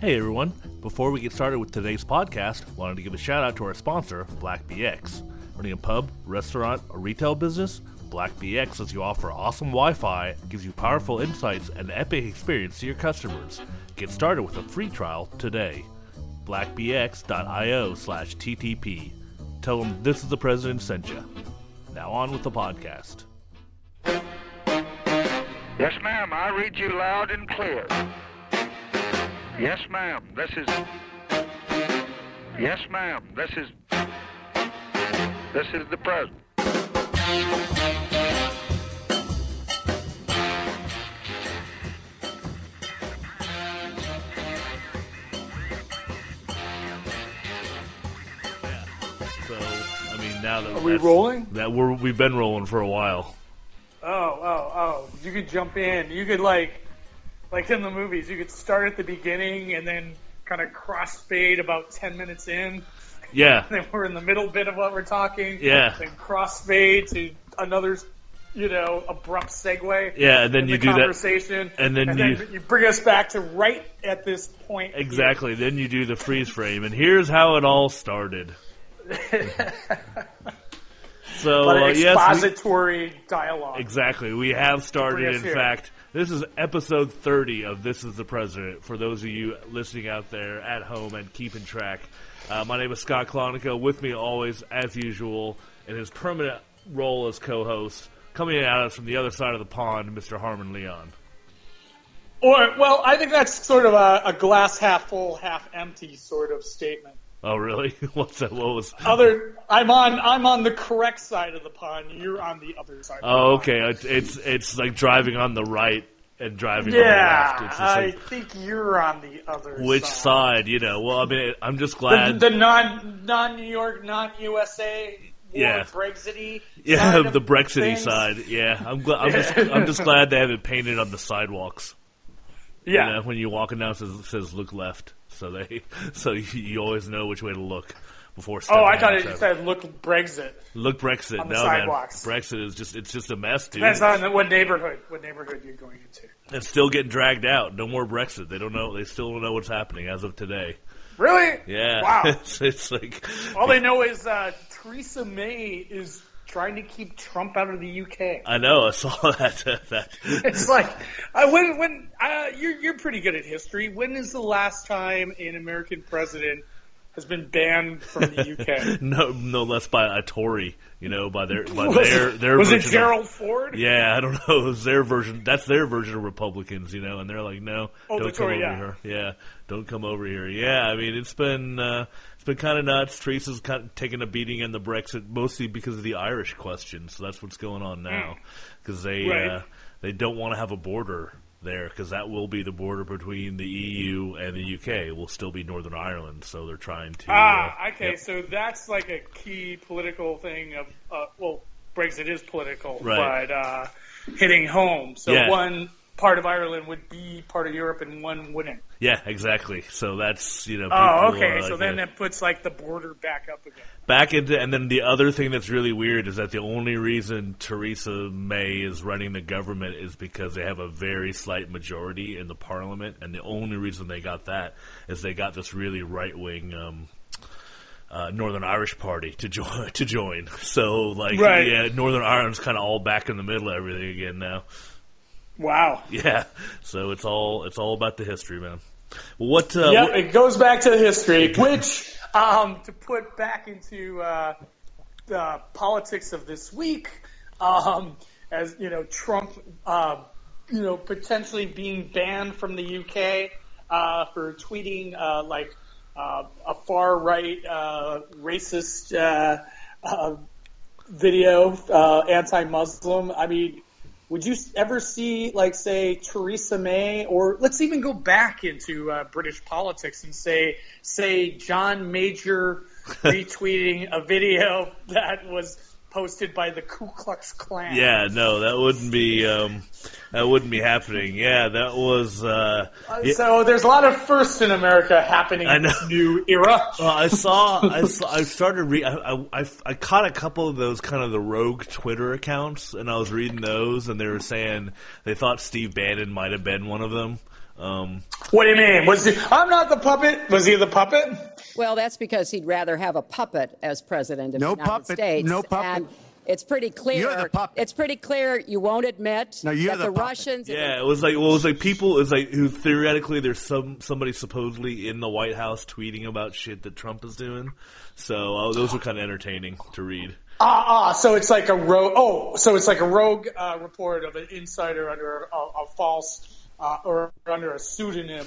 Hey everyone, before we get started with today's podcast, wanted to give a shout out to our sponsor, Black BX. Running a pub, restaurant, or retail business, Black BX lets you offer awesome Wi-Fi, gives you powerful insights and epic experience to your customers. Get started with a free trial today. blackbx.io slash TTP. Tell them this is the president sent you. Now on with the podcast. Yes, ma'am. I read you loud and clear. Yes, ma'am. This is. Yes, ma'am. This is. This is the president. So, I mean, now that we that's- rolling? That we're, we've been rolling for a while. Oh, oh, oh. You could jump in. You could, like, like in the movies, you could start at the beginning and then kind of crossfade about 10 minutes in. Yeah, Then we're in the middle bit of what we're talking. Yeah. Then crossfade to another, you know, abrupt segue. Yeah, and then in you the do that- conversation, and then you- you bring us back to right at this point. exactly. Then you do the freeze frame, and here's how it all started. so But uh, yes, an we- expository dialogue. exactly. We have started. Bring us In here. fact, this is episode 30 of This Is the President. For those of you listening out there at home and keeping track, uh, my name is Scott Klonico. With me always, as usual, in his permanent role as co-host, coming at us from the other side of the pond, Mr. Harmon Leon. Or, well, I think that's sort of a, a glass half full, half empty sort of statement. Oh, really? What's that? What was? other I'm on I'm on the correct side of the pond. You're on the other side. Oh, of the okay. It's it's, it's like driving on the right and driving Pond. on the Yeah, left. It's just I like, think you're on the other. which side? side, you know? Well, I mean, I'm just The, glad. the non non New York, non USA, Yeah. Brexity. yeah, side of the Brexity things. side. Yeah, I'm glad. I'm just I'm just glad they have it painted on the sidewalks. Yeah, You know, when you walk down, it says, it says look left, so they so you, you always know which way to look before. Oh, stepping I thought out of it traffic. said look Brexit. look Brexit. on the no, man. sidewalks. Brexit is just it's just a mess, dude. That's on the, what neighborhood? What neighborhood you're going into? It's still getting dragged out. No more Brexit. They don't know. They still don't know what's happening as of today. Really? Yeah. Wow. it's, it's like All they know is uh, Theresa May is trying to keep Trump out of the UK. I know. I saw that. that It's like I when when uh, you're you're pretty good at history. When is the last time an American president has been banned from the UK? no, no less by a Tory. You know, by their by Was their it, their was it version of- Gerald Ford? yeah, I don't know. It was their version. That's their version of Republicans. You know, and they're like, no, Oh, don't the come Tory, over yeah. here. Yeah, don't come over here. Yeah, I mean, it's been uh, it's been kind of nuts. Teresa's kind of taking a beating in the Brexit, mostly because of the Irish question. So that's what's going on now, because they Mm. Right. uh, they don't want to have a border there, because that will be the border between the EU and the UK. It will still be Northern Ireland, so they're trying to. Ah, uh, okay. yep. So that's like a key political thing of uh, well, Brexit is political, Right. but uh, hitting home. So Yeah. one part of Ireland would be part of Europe, and one wouldn't. Yeah, exactly. So that's you know. Oh, people, okay. uh, so then yeah. that puts like the border back up again. back into and then the other thing that's really weird is that the only reason Theresa May is running the government is because they have a very slight majority in the parliament and the only reason they got that is they got this really right wing um uh, Northern Irish party to join to join. So like Right. yeah, Northern Ireland's kind of all back in the middle of everything again now. Wow. Yeah. So it's all it's all about the history, man. What uh Yep, what- it goes back to history, which um, to put back into uh, the politics of this week, um, as you know, Trump, uh, you know, potentially being banned from the UK uh, for tweeting uh, like uh, a far right uh, racist uh, uh, video, uh, anti-Muslim. I mean. Would you ever see, like, say, Theresa May, or let's even go back into uh, British politics and say, say, John Major retweeting a video that was posted by the Ku Klux Klan. Yeah, no, that wouldn't be um, that wouldn't be happening. Yeah, that was. Uh, Uh, yeah, So there's a lot of firsts in America happening I in this know. new era. well, I saw. I saw. I started. Re- I, I- I I caught a couple of those kind of the rogue Twitter accounts, and I was reading those, and they were saying they thought Steve Bannon might have been one of them. Um, What do you mean? Was he, I'm not the puppet. Was he the puppet? Well, that's because he'd rather have a puppet as president of No the United puppet. States. No puppet. And it's pretty clear. You're the puppet. It's pretty clear you won't admit No, you're that the the, puppet. Russians. Yeah, it was like well, it was like people. It was like who theoretically there's some somebody supposedly in the White House tweeting about shit that Trump is doing. So oh, those were kind of entertaining to read. Ah, ah. So it's like a rogue. Oh, so it's like a rogue uh, report of an insider under a, a false uh, or under a pseudonym.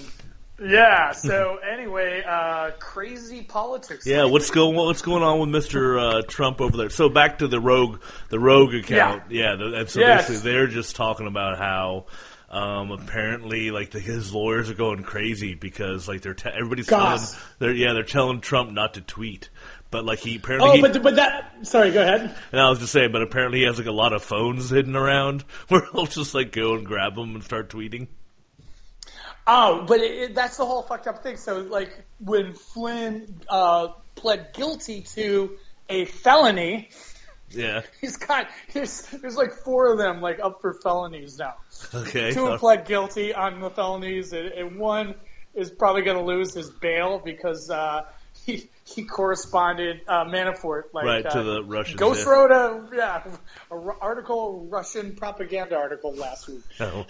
Yeah. So anyway, uh, crazy politics. Yeah, what's going what's going on with Mister uh, Trump over there? So back to the rogue the rogue account. Yeah, the, and so Yes. basically they're just talking about how. Um, apparently, like the, his lawyers are going crazy because like they're te- everybody's telling Goss. they're yeah they're telling Trump not to tweet, but like he apparently Oh, he- but but that. Sorry. Go ahead. And I was just saying, but apparently he has like a lot of phones hidden around where he'll just like go and grab them and start tweeting. Oh, but it, it, that's the whole fucked up thing. So, like, when Flynn uh, pled guilty to a felony, Yeah. he's got there's there's like four of them like up for felonies now. Okay. Oh. Two have pled guilty on the felonies, and, and one is probably going to lose his bail because uh, he he corresponded uh, Manafort like Right, to uh, the Russians, Ghost yeah. wrote a yeah a r- article Russian propaganda article last week. Oh.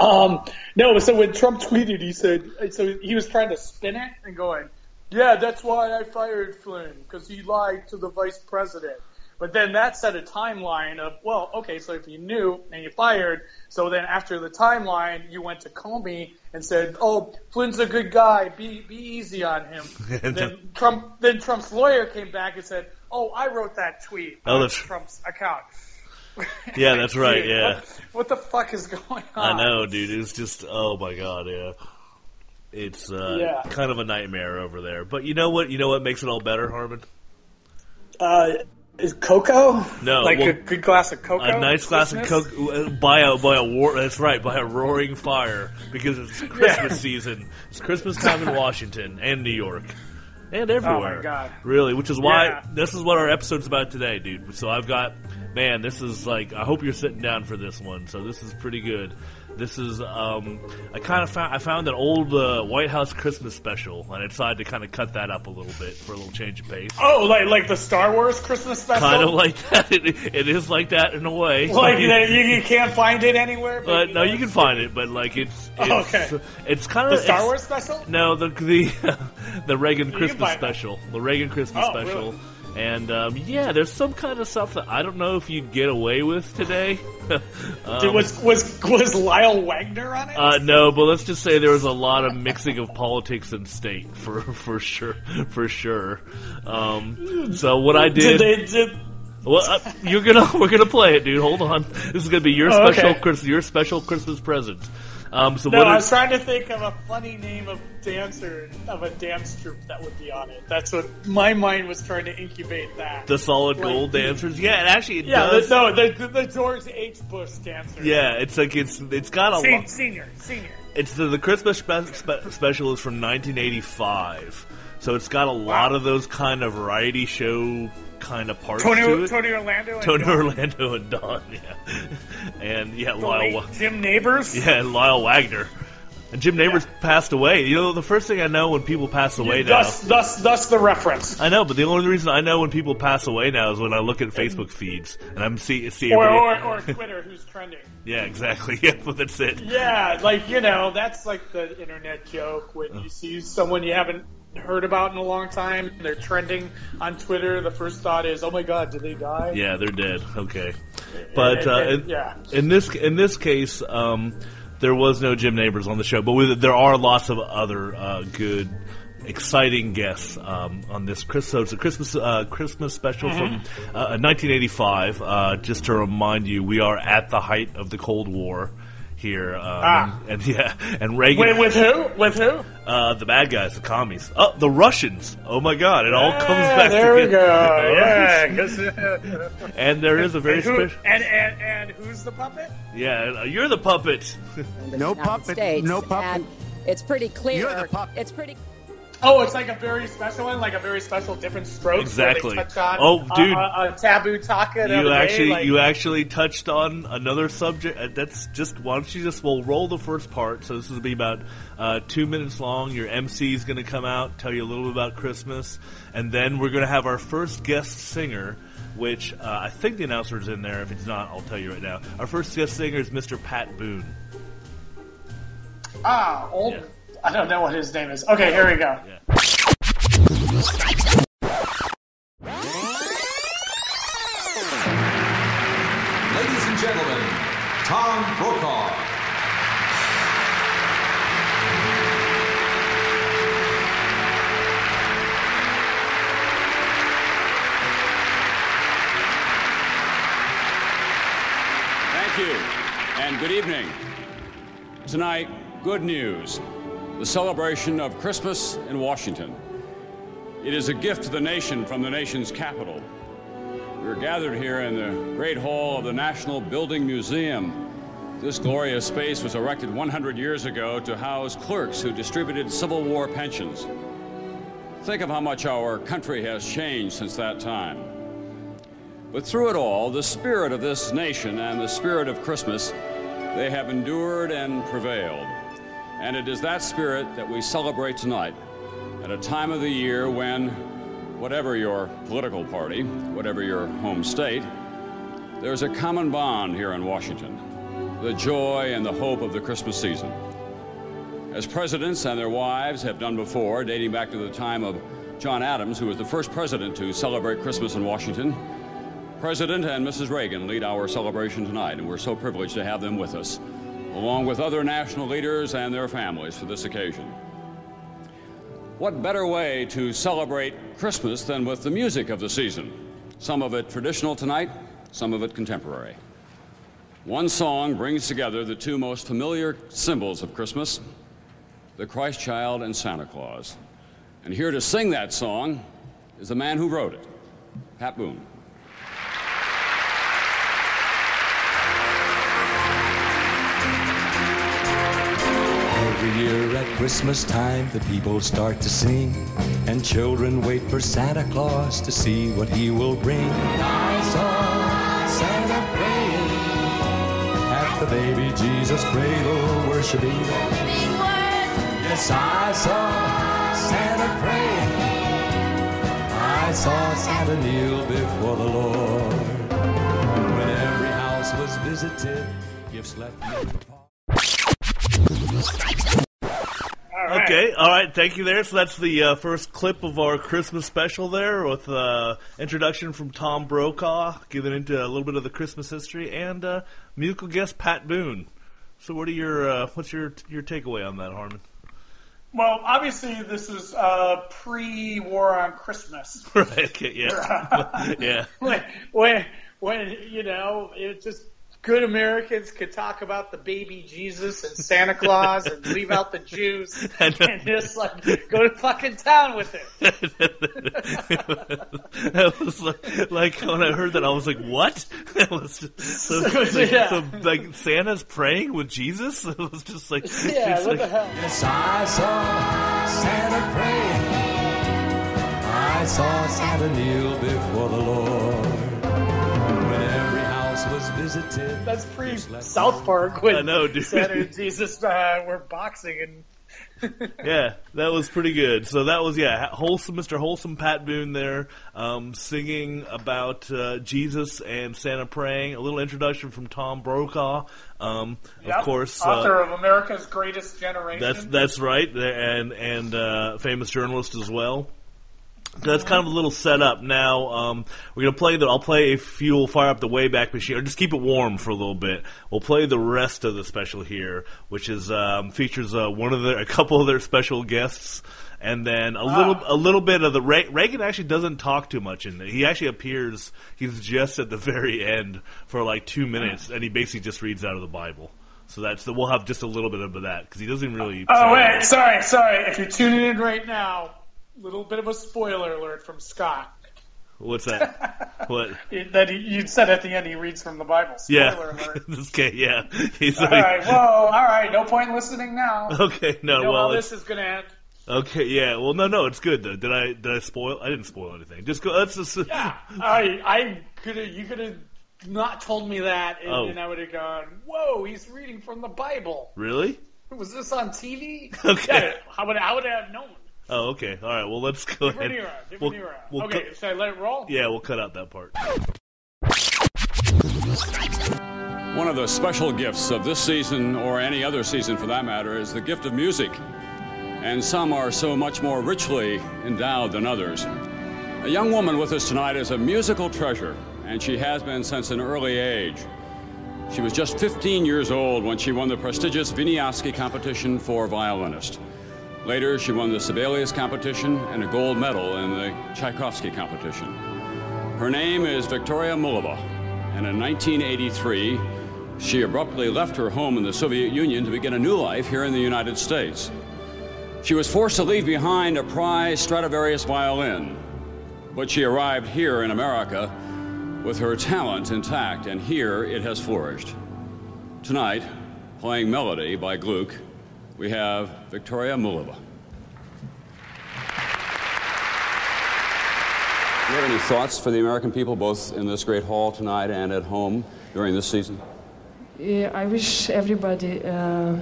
um, no, so when Trump tweeted, he said, so he was trying to spin it and going, yeah, that's why I fired Flynn, because he lied to the vice president. But then that set a timeline of, well, okay, so if you knew and you fired, so then after the timeline, you went to Comey and said, oh, Flynn's a good guy, be, be easy on him. then Trump, then Trump's lawyer came back and said, oh, I wrote that tweet Oh, on that's- Trump's account. Yeah, that's right. Dude, Yeah. What, what the fuck is going I on? know, dude. It's just, oh my God, yeah. It's uh, Yeah. kind of a nightmare over there. But you know what? You know what makes it all better, Harmon? Uh, is cocoa? No, Like well, a good glass of cocoa? A nice glass of Christmas? Coke uh, by a by a war. That's right, by a roaring fire because it's Christmas season. It's Christmas time in Washington and New York and everywhere. Oh God. Really, which is why Yeah. this is what our episode's about today, dude. So I've got man, this is like I hope you're sitting down for this one. So this is pretty good. This is um, I kind of found I found an old uh, White House Christmas special, and I decided to kind of cut that up a little bit for a little change of pace. Oh, like like the Star Wars Christmas special? Kind of like that. It, it is like that in a way. Like, that you, you can't find it anywhere? Uh, but no, you can find it, but like it's it's, Oh, Okay. it's kind of The Star Wars special? No, the the the Reagan Christmas buy it. special, the Reagan Christmas Oh, special, really? and um, yeah, there's some kind of stuff that I don't know if you'd get away with today. Um, Dude, was, was, was Lyle Wagner on it? uh, no, but let's just say there was a lot of mixing of politics and state for for sure, for sure. Um, so what I did, did they, did, well, uh, you're gonna we're gonna play it, dude. Hold on, this is gonna be your Oh, special okay. Chris, your special Christmas present. Um, so no, what I it- was trying to think of a funny name of dancer, of a dance troupe that would be on it. That's what my mind was trying to incubate that. The solid Like- gold dancers, yeah, it actually it yeah, the, does. no, the, the, the George H. Bush dancer. Yeah, it's like it's it's got a Sen- lot. senior, senior. It's the, the Christmas spe- spe- special is from 1985, so it's got a lot of those kind of variety show kind of parts to Tony, it. Tony Orlando. And Tony Don- Orlando and Don, yeah, and yeah, the Lyle, Wa- late Jim Neighbors. yeah, and Lyle Wagner, and Jim Neighbors passed away. You know, the first thing I know when people pass away now. Thus, thus, thus the reference. I know, but the only reason I know when people pass away now is when I look at Facebook feeds and I'm see see Or, everybody- or, or Twitter, who's trending. Yeah, exactly. Yeah, but that's it. Yeah, like, you know, that's like the internet joke when you see someone you haven't heard about in a long time, and they're trending on Twitter. The first thought is, oh my god, did they die? Yeah, they're dead. Okay, but And- uh, and- in- yeah. in this in this case, um, there was no Jim Neighbors on the show, but with, there are lots of other uh, good, exciting guests um, on this Chris. So it's a Christmas uh, Christmas special Mm-hmm. from uh, 1985. Uh, just to remind you, we are at the height of the Cold War. here. Um, Ah. and, and yeah, and Reagan, Wait, with who? With who? uh, the bad guys, the commies, oh, the Russians. Oh my God! It all comes Yeah, back. Ah, there we together. go. Yeah, 'cause- And there is a very and, who, special. and, and and who's the puppet? Yeah, and, uh, you're the puppet. in the No United puppet, States, no puppet. And it's pretty clear. You're the puppet. It's pretty. Oh, it's like a very special one, like a very special different strokes. Exactly. Where they touch on, Oh, dude. uh, uh, taboo taka. the You other actually, day, like, you actually touched on another subject. Uh, That's just why don't you just we'll roll the first part. So this will be about uh, two minutes long. Your MC is going to come out, tell you a little bit about Christmas, and then we're going to have our first guest singer. Which uh, I think the announcer's in there. If it's not, I'll tell you right now. Our first guest singer is Mr. Pat Boone. ah, old. Yeah. I don't know what his name is. Okay, here we go. Ladies and gentlemen, Tom Brokaw. Thank you, and good evening. Tonight, good news the celebration of Christmas in Washington. It is a gift to the nation from the nation's capital. We're gathered here in the Great Hall of the National Building Museum. This glorious space was erected 100 years ago to house clerks who distributed Civil War pensions. Think of how much our country has changed since that time. But through it all, the spirit of this nation and the spirit of Christmas, they have endured and prevailed. And it is that spirit that we celebrate tonight at a time of the year when, whatever your political party, whatever your home state, there's a common bond here in Washington the joy and the hope of the Christmas season. As presidents and their wives have done before, dating back to the time of John Adams, who was the first president to celebrate Christmas in Washington, President and Mrs. Reagan lead our celebration tonight, and we're so privileged to have them with us, along with other national leaders and their families for this occasion. What better way to celebrate Christmas than with the music of the season? Some of it traditional tonight, some of it contemporary. One song brings together the two most familiar symbols of Christmas the Christ child and Santa Claus. And here to sing that song is the man who wrote it, Pat Boone. Every year at Christmas time, the people start to sing, and children wait for Santa Claus to see what he will bring. I saw Santa praying at the baby Jesus cradle worshiping. Yes, I saw Santa praying. I saw Santa kneel before the Lord. When every house was visited, gifts left. All right. Okay, all right, thank you there. So that's the uh, first clip of our Christmas special there with uh, introduction from Tom Brokaw, giving into a little bit of the Christmas history, and uh, musical guest Pat Boone. So what are your uh, what's your your takeaway on that, Harmon? Well, obviously this is uh, pre-war on Christmas. Right, okay, yeah, yeah, when, when, when you know, it's just good Americans could talk about the baby Jesus and Santa Claus and leave out the Jews I know. and just like go to fucking town with it. that was like, like when I heard that I was like, "What?" That was just, so, like, Yeah. so like Santa's praying with Jesus. It was just like, Yeah, just what the like- hell? Yes, I saw Santa praying. I saw Santa kneel before the Lord. When every house was visited. That's pre South Park when I know, dude. Santa and Jesus uh, were boxing and Yeah, that was pretty good. So that was yeah, wholesome Mr. Wholesome Pat Boone there, um, singing about uh, Jesus and Santa praying. A little introduction from Tom Brokaw, um, of course. author uh, of America's Greatest Generation. that's that's right, and and uh, famous journalist as well. That's kind of a little setup. Now um, we're gonna play the. I'll play if you'll fire up the Wayback Machine, or just keep it warm for a little bit. We'll play the rest of the special here, which is um, features uh, one of the a couple of their special guests, and then a little Ah. a little bit of the Re- Reagan actually doesn't talk too much in there. He actually appears. He's just at the very end for like two minutes, and he basically just reads out of the Bible. So that's the, we'll have just a little bit of that because he doesn't really. Oh wait, sorry, sorry. If you're tuning in right now, little bit of a spoiler alert from Scott. What's that? what? That he, you said at the end he reads from the Bible. Spoiler Yeah. alert. this guy. Yeah. He's All like. right, whoa, all right. No point in listening now. Okay. No. You know well, how it's, this is going to end. okay. Yeah. Well, no, no. It's good though. Did I? Did I spoil? I didn't spoil anything. Just go. Let's just. Yeah, I, I could have. You could have not told me that, and, Oh. and I would have gone, "Whoa, he's reading from the Bible." Really? Was this on TV? Okay. Yeah, I would. I would have known. Oh, okay. All right. Well, let's go ahead. Different era. Different We'll- era. we'll okay, cut- should I let it roll? yeah, we'll cut out that part. One of the special gifts of this season, or any other season for that matter, is the gift of music. And some are so much more richly endowed than others. A young woman with us tonight is a musical treasure, and she has been since an early age. She was just 15 years old when she won the prestigious Wieniawski competition for violinist. Later, she won the Sibelius competition and a gold medal in the Tchaikovsky competition. Her name is Victoria Mulova, and in 1983, she abruptly left her home in the Soviet Union to begin a new life here in the United States. She was forced to leave behind a prize Stradivarius violin, but she arrived here in America with her talent intact, and here it has flourished. Tonight, playing Melody by Gluck, we have Victoria Mulova. Do you have any thoughts for the American people, both in this great hall tonight and at home during this season? Yeah, Eh, I wish everybody uh,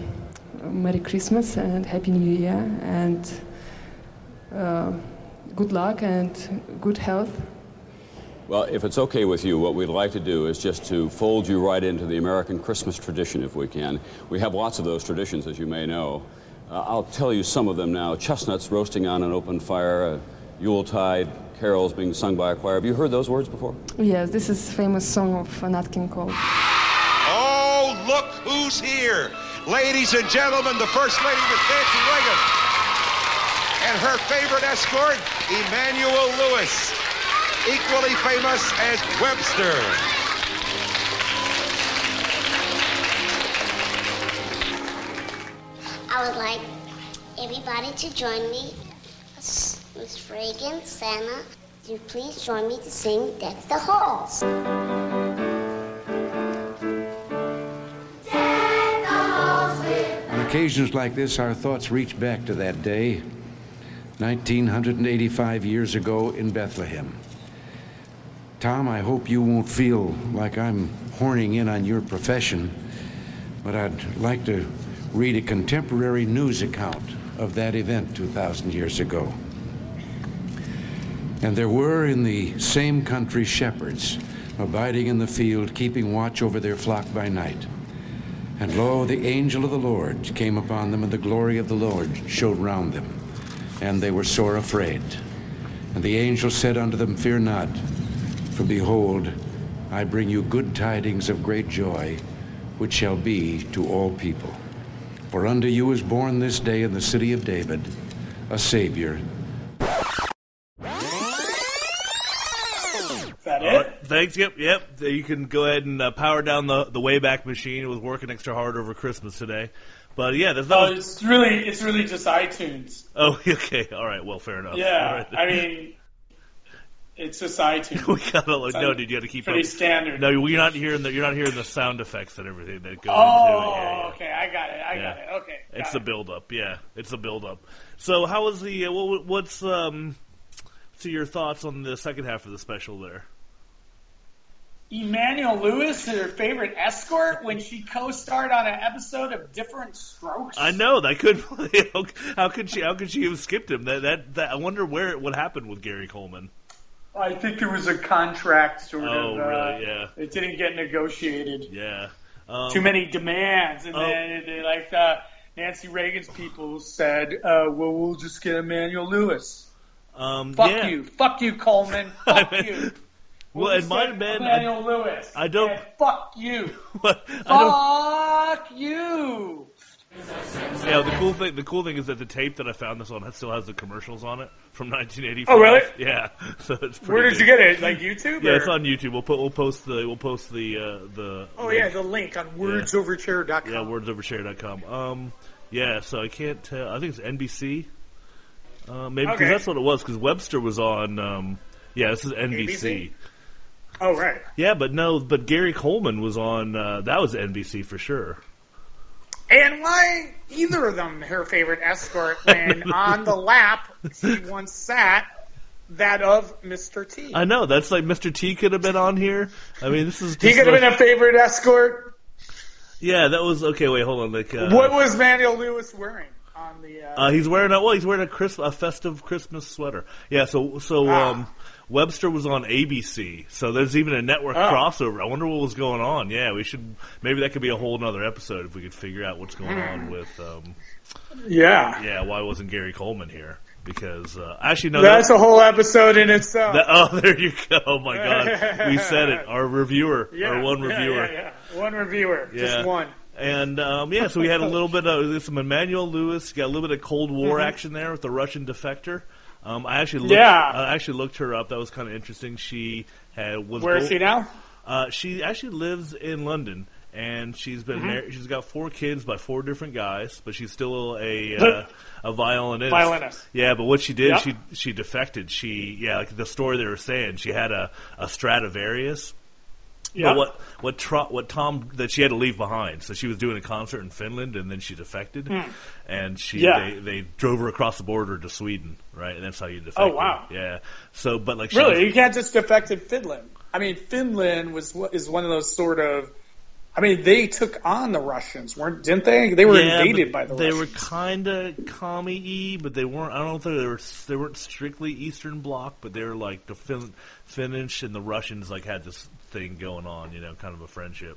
Merry Christmas and Happy New Year and uh, good luck and good health. Well, if it's okay with you, what we'd like to do is just to fold you right into the American Christmas tradition, if we can. We have lots of those traditions, as you may know. Uh, I'll tell you some of them now. Chestnuts roasting on an open fire, uh, Yuletide, carols being sung by a choir. Have you heard those words before? Yes, this is famous song of Nat King Cole. Oh, look who's here. Ladies and gentlemen, the First Lady was Nancy Reagan. And her favorite escort, Emmanuel Lewis, equally famous as Webster. I would like everybody to join me. S- Miss Reagan, Santa, do you please join me to sing Deck the Halls? On occasions like this, our thoughts reach back to that day, 1985 years ago in Bethlehem. Tom, I hope you won't feel like I'm horning in on your profession, but I'd like to read a contemporary news account of that event 2,000 years ago. And there were in the same country shepherds abiding in the field, keeping watch over their flock by night. And lo, the angel of the Lord came upon them, and the glory of the Lord showed round them. And they were sore afraid. And the angel said unto them, Fear not, for behold, I bring you good tidings of great joy, which shall be to all people. For unto you is born this day in the city of David a Savior, Is that All it? right, thanks. Yep. Yep. You can go ahead and uh, power down the the Wayback Machine. It was working extra hard over Christmas today, but yeah, that's Oh, not. it's really, it's really just iTunes. Oh, okay. All right. Well, fair enough. All Uh, Yeah, right. I mean, it's just iTunes. we gotta like, no, I'm dude. You gotta keep pretty up. standard. No, you're not hearing the you're not hearing the sound effects and everything that go into it. oh, Yeah, yeah. okay, I got it. I got Yeah. it. Okay, got It's it. the build up. Yeah, it's the build up. So, how was the uh, what, what's um? So, your thoughts on the second half of the special there? Emmanuel Lewis, her favorite escort, when she co-starred on an episode of Different Strokes. I know that could. how, how could she? How could she have skipped him? That that, that I wonder where what happened with Gary Coleman. I think there was a contract sort Oh, of. uh, really? Yeah. It didn't get negotiated. Yeah. Um, Too many demands, and Oh. then they like uh, Nancy Reagan's people said, uh, "Well, we'll just get Emmanuel Lewis." um, Fuck yeah. you, fuck you, Coleman. Fuck mean, you. Well, it might have been. I, Emmanuel Lewis. I don't- And fuck you. what, I don't. Fuck you. Yeah, the cool thing the cool thing is that the tape that I found this on still has the commercials on it from 1985. Oh, really? Yeah. So it's pretty Where did good. you get it? Like YouTube? Yeah, or- it's on YouTube. We'll put we'll post the we'll post the uh, the Oh yeah, the link on wordsoverchair.com. yeah wordsovershare.com. Um, yeah. So I can't tell. I think it's NBC. Uh, maybe 'cause Okay. that's what it was. Because Webster was on. Um, yeah, this is NBC. ABC? Oh right. Yeah, but no, but Gary Coleman was on. Uh, that was NBC for sure. And why either of them her favorite escort when on the lap she once sat that of Mr. T. I know. That's like Mr. T could have been on here. I mean, this is. He just could have like- been a favorite escort. Yeah, that was okay. Wait, hold on. Like, uh, what was Manuel Lewis wearing on the? Uh, Uh, he's wearing a well. He's wearing a Chris, a festive Christmas sweater. Yeah. So so Ah. um, Webster was on ABC. So there's even a network Oh. crossover. I wonder what was going on. Yeah, we should maybe that could be a whole nother episode if we could figure out what's going Hmm. on with. Um, Yeah. Yeah. Why wasn't Gary Coleman here? Because uh, actually, no. that's that- a whole episode in itself. that- oh, there you go. Oh my God, we said it. Our reviewer, Yeah, our one yeah, reviewer. yeah, yeah. One reviewer. Yeah. Just one. And um, yeah, so we had a little bit of some Emmanuel Lewis. Got a little bit of Cold War Mhm. action there with the Russian defector. Um, I actually looked, Yeah. I actually looked her up. That was kind of interesting. She had was Where is go- she now? Uh, she actually lives in London, and she's been Mhm. married. She's got four kids by four different guys, but she's still a uh, a violinist. Violinist. Yeah, but what she did, Yeah. she she defected. She yeah, like the story they were saying, she had a a Stradivarius. Yeah. But what what tro- what Tom that she had to leave behind. So she was doing a concert in Finland, and then she defected, Hmm. and she Yeah. they, they drove her across the border to Sweden, right? And that's how you defected. Oh, wow. Yeah. So, but like she Really, you can't just defect in Finland. I mean, Finland was is one of those sort of. I mean, they took on the Russians, weren't? Didn't they? They were Yeah, but invaded by the They Russians. were kind of commie, but they weren't. I don't think they were. They weren't strictly Eastern Bloc, but they were like the fin- Finnish and the Russians like had this thing going on, you know, kind of a friendship.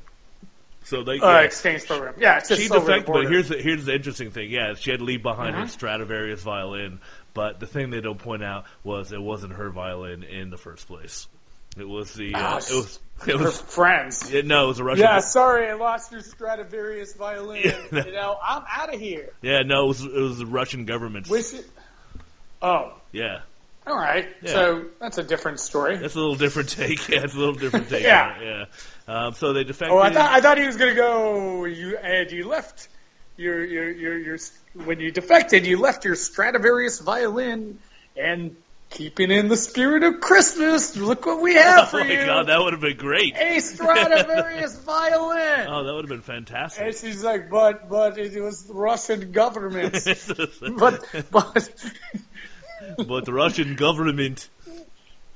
So they Uh, yeah. exchange program. Yeah, it's just she over the defected. But border. here's the here's the interesting thing. Yeah, she had to leave behind her Mhm. Stradivarius violin. But the thing they don't point out was it wasn't her violin in the first place. It was the Ah, uh, it was it her was friends. Yeah, no, it was a Russian. yeah, sorry, I lost your Stradivarius violin. Yeah. you know, I'm out of here. Yeah, no, it was it was the Russian government. Wish it. Oh, Yeah. all right. Yeah. So that's a different story. That's a little different take. Yeah, it's a little different take. Yeah. on it, yeah. Um, so they defected. Oh, I thought I thought he was gonna go. You and you left your your your your when you defected, you left your Stradivarius violin, and keeping in the spirit of Christmas, look what we have for oh my you. god, that would have been great. a Stradivarius violin. Oh, that would have been fantastic. And she's like, but but it was the Russian government. but but But the Russian government.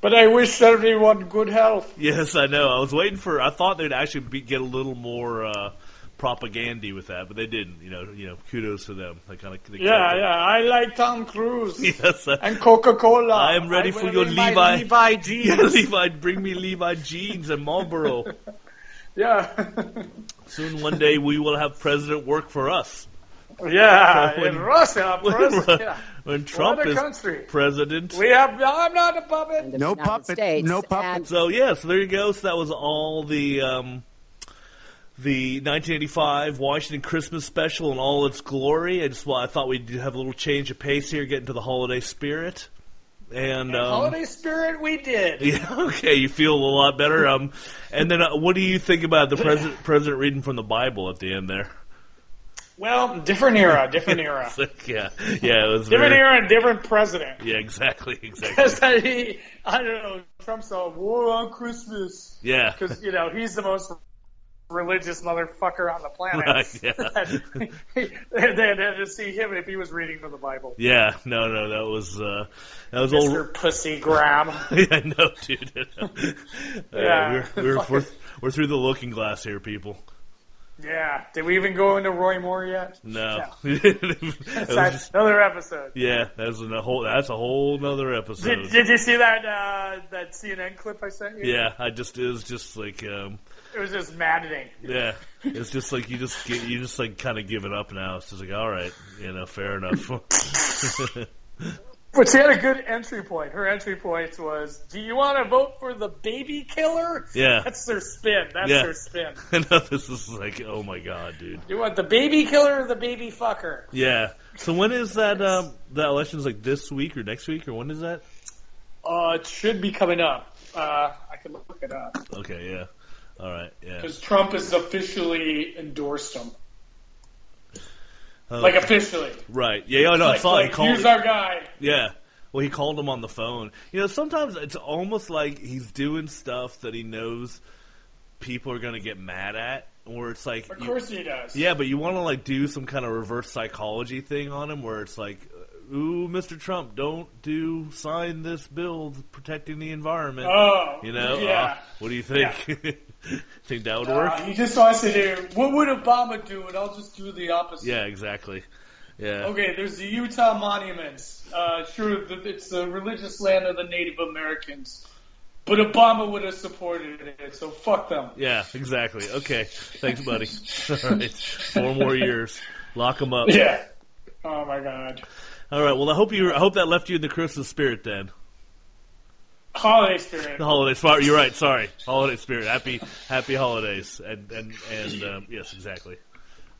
but I wish everyone good health. Yes, I know. I was waiting for. I thought they'd actually be, get a little more uh, propagandy with that, but they didn't. You know, you know. Kudos to them. They kind of. Yeah, yeah. I like Tom Cruise Yes. uh, I, and Coca Cola. I am ready for your Levi. Levi jeans. Yeah, Levi, bring me Levi jeans and Marlboro. Yeah. Soon, one day, we will have president work for us. Yeah, So in Russia, when- Russia. when Trump What a is country. president. We have. I'm not a puppet. No puppet. No puppet. so yeah, so there you go. So that was all the um, the 1985 Washington Christmas special in all its glory. I just well, I thought we'd have a little change of pace here, get into the holiday spirit. And, um, Holiday spirit, we did. yeah, okay, you feel a lot better. Um, and then uh, what do you think about the president president reading from the Bible at the end there? Well, different era, different era, yeah, yeah, it was different very- era, and different president. Yeah, exactly, exactly. Because I, mean, I don't know, Trump's all war on Christmas. Yeah. Because you know he's the most religious motherfucker on the planet. Right, yeah. and then and to see him if he was reading from the Bible. Yeah, no, no, that was uh, that was Mr. old. Pussy Graham. yeah, I know, dude. yeah, Yeah. we're, we're, we're, we're through the looking glass here, people. Yeah. Did we even go into Roy Moore yet? No, That That's was just- another episode. yeah, that's a whole that's a whole other episode. Did, did you see that uh, that CNN clip I sent you? yeah, I just it was just like um, It was just maddening. yeah, it's just like you just get you just like kind of give it up now. It's just like all right, you know, fair enough. But she had a good entry point. Her entry point was, "Do you want to vote for the baby killer?" Yeah. that's their spin. That's Yeah. their spin. I know this is like, oh my god, dude. You want the baby killer or the baby fucker? Yeah. So when is that? Um, that election's like this week or next week or when is that? Uh, it should be coming up. Uh, I can look it up Okay. Yeah. All right. Yeah. because Trump has officially endorsed him. Oh. Like officially. Right. Yeah. Oh, no, I Like- saw like, he called. Here's our guy. Yeah. Well, he called him on the phone. You know, sometimes it's almost like he's doing stuff that he knows people are going to get mad at, or it's like, Of course he does. yeah, but you want to like do some kind of reverse psychology thing on him, where it's like, "Uh, ooh, Mr. Trump, don't do sign this bill protecting the environment. Oh, you know, yeah. Uh, what do you think? think that would work? Uh, he just wants to do what would Obama do, and I'll just do the opposite. yeah, exactly. Yeah. Okay, there's the Utah monuments. Uh, sure, th- it's the religious land of the Native Americans, but Obama would have supported it, so fuck them. Yeah, exactly. Okay. Thanks, buddy. All right. Four more years. Lock them up. Yeah. Oh my god. All right. Well, I hope you. I hope that left you in the Christmas spirit. Then Holiday spirit. the holiday spirit. You're right. Sorry. Holiday spirit. Happy Happy holidays. And and and um, yes, exactly.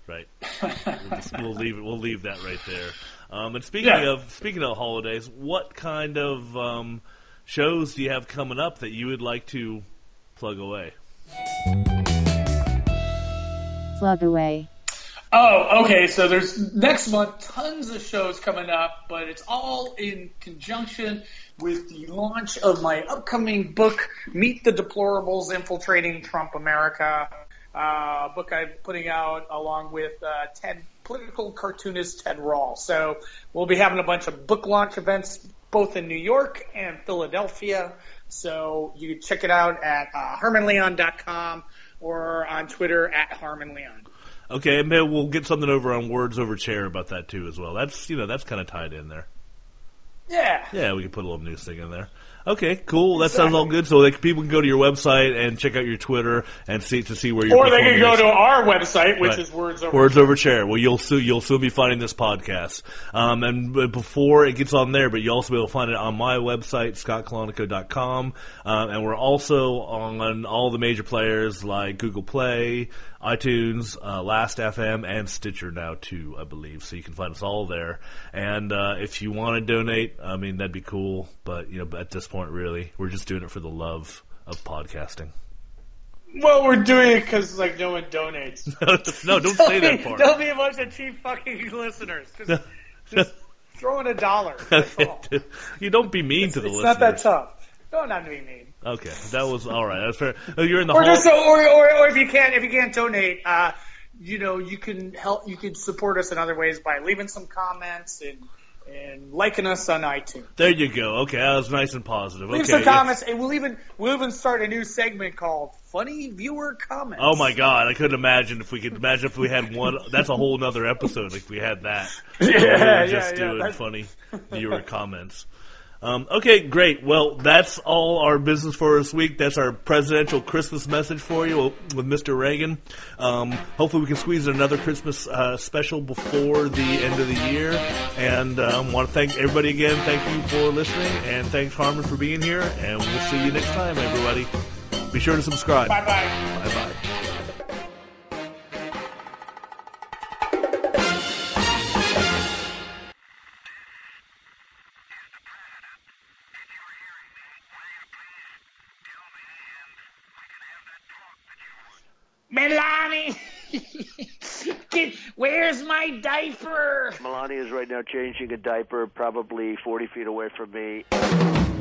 Right. We'll, just- we'll leave it. We'll leave that right there. Um, and speaking Yeah. of speaking of holidays, what kind of um, shows do you have coming up that you would like to plug away? Plug away. Oh, okay. So there's next month tons of shows coming up, but it's all in conjunction with the launch of my upcoming book, Meet the Deplorables Infiltrating Trump America. Uh, book I'm putting out along with uh, Ted, political cartoonist Ted Rawl. So we'll be having a bunch of book launch events both in New York and Philadelphia. So you can check it out at uh, harmonleon.com or on Twitter at harmonleon. Okay, and then we'll get something over on Words Over Chair about that too as well. That's you know that's kind of tied in there. Yeah. Yeah, we can put a little news thing in there. Okay, cool. That sounds all good. So like, people can go to your website and check out your Twitter and see to see where you're. Or they can performing go is. to our website, which Right. is Words Over. Words Over Chair. Well, you'll soon you'll soon be finding this podcast, um, and b- before it gets on there, but you'll also be able to find it on my website, scottcolonico.com. Um, and we're also on all the major players like Google Play, iTunes, uh, Last FM, and Stitcher now too, I believe. So you can find us all there. And uh, if you want to donate, I mean that'd be cool. But you know, at this point, really, we're just doing it for the love of podcasting. Well, we're doing it because like no one donates. no, don't say that be- part. Don't be a bunch of cheap fucking listeners. Just, just throw in a dollar. That's all. you don't be mean to the It's listeners. not that tough. No, not to be mean. Okay, that was all right. That's fair. Oh, You're in the Or hall. just or, or or if you can't if you can't donate, uh, you know you can help. You can support us in other ways by leaving some comments and and liking us on iTunes. there you go. Okay, that was nice and positive. Leave okay, some yes. comments, and we'll even we'll even start a new segment called "Funny Viewer Comments." Oh my god, I couldn't imagine if we could imagine if we had one. That's a whole nother episode. If we had that, Yeah, We were yeah, just yeah, doing that's- funny viewer comments. Um, okay, great. Well, that's all our business for this week. That's our presidential Christmas message for you with Mr. Reagan. Um, hopefully, we can squeeze in another Christmas uh, special before the end of the year. And um, want to thank everybody again. Thank you for listening, and thanks Harmon for being here. And we'll see you next time, everybody. Be sure to subscribe. Bye bye. Bye bye. Melanie, get, where's my diaper? Melania is right now changing a diaper, probably 40 feet away from me.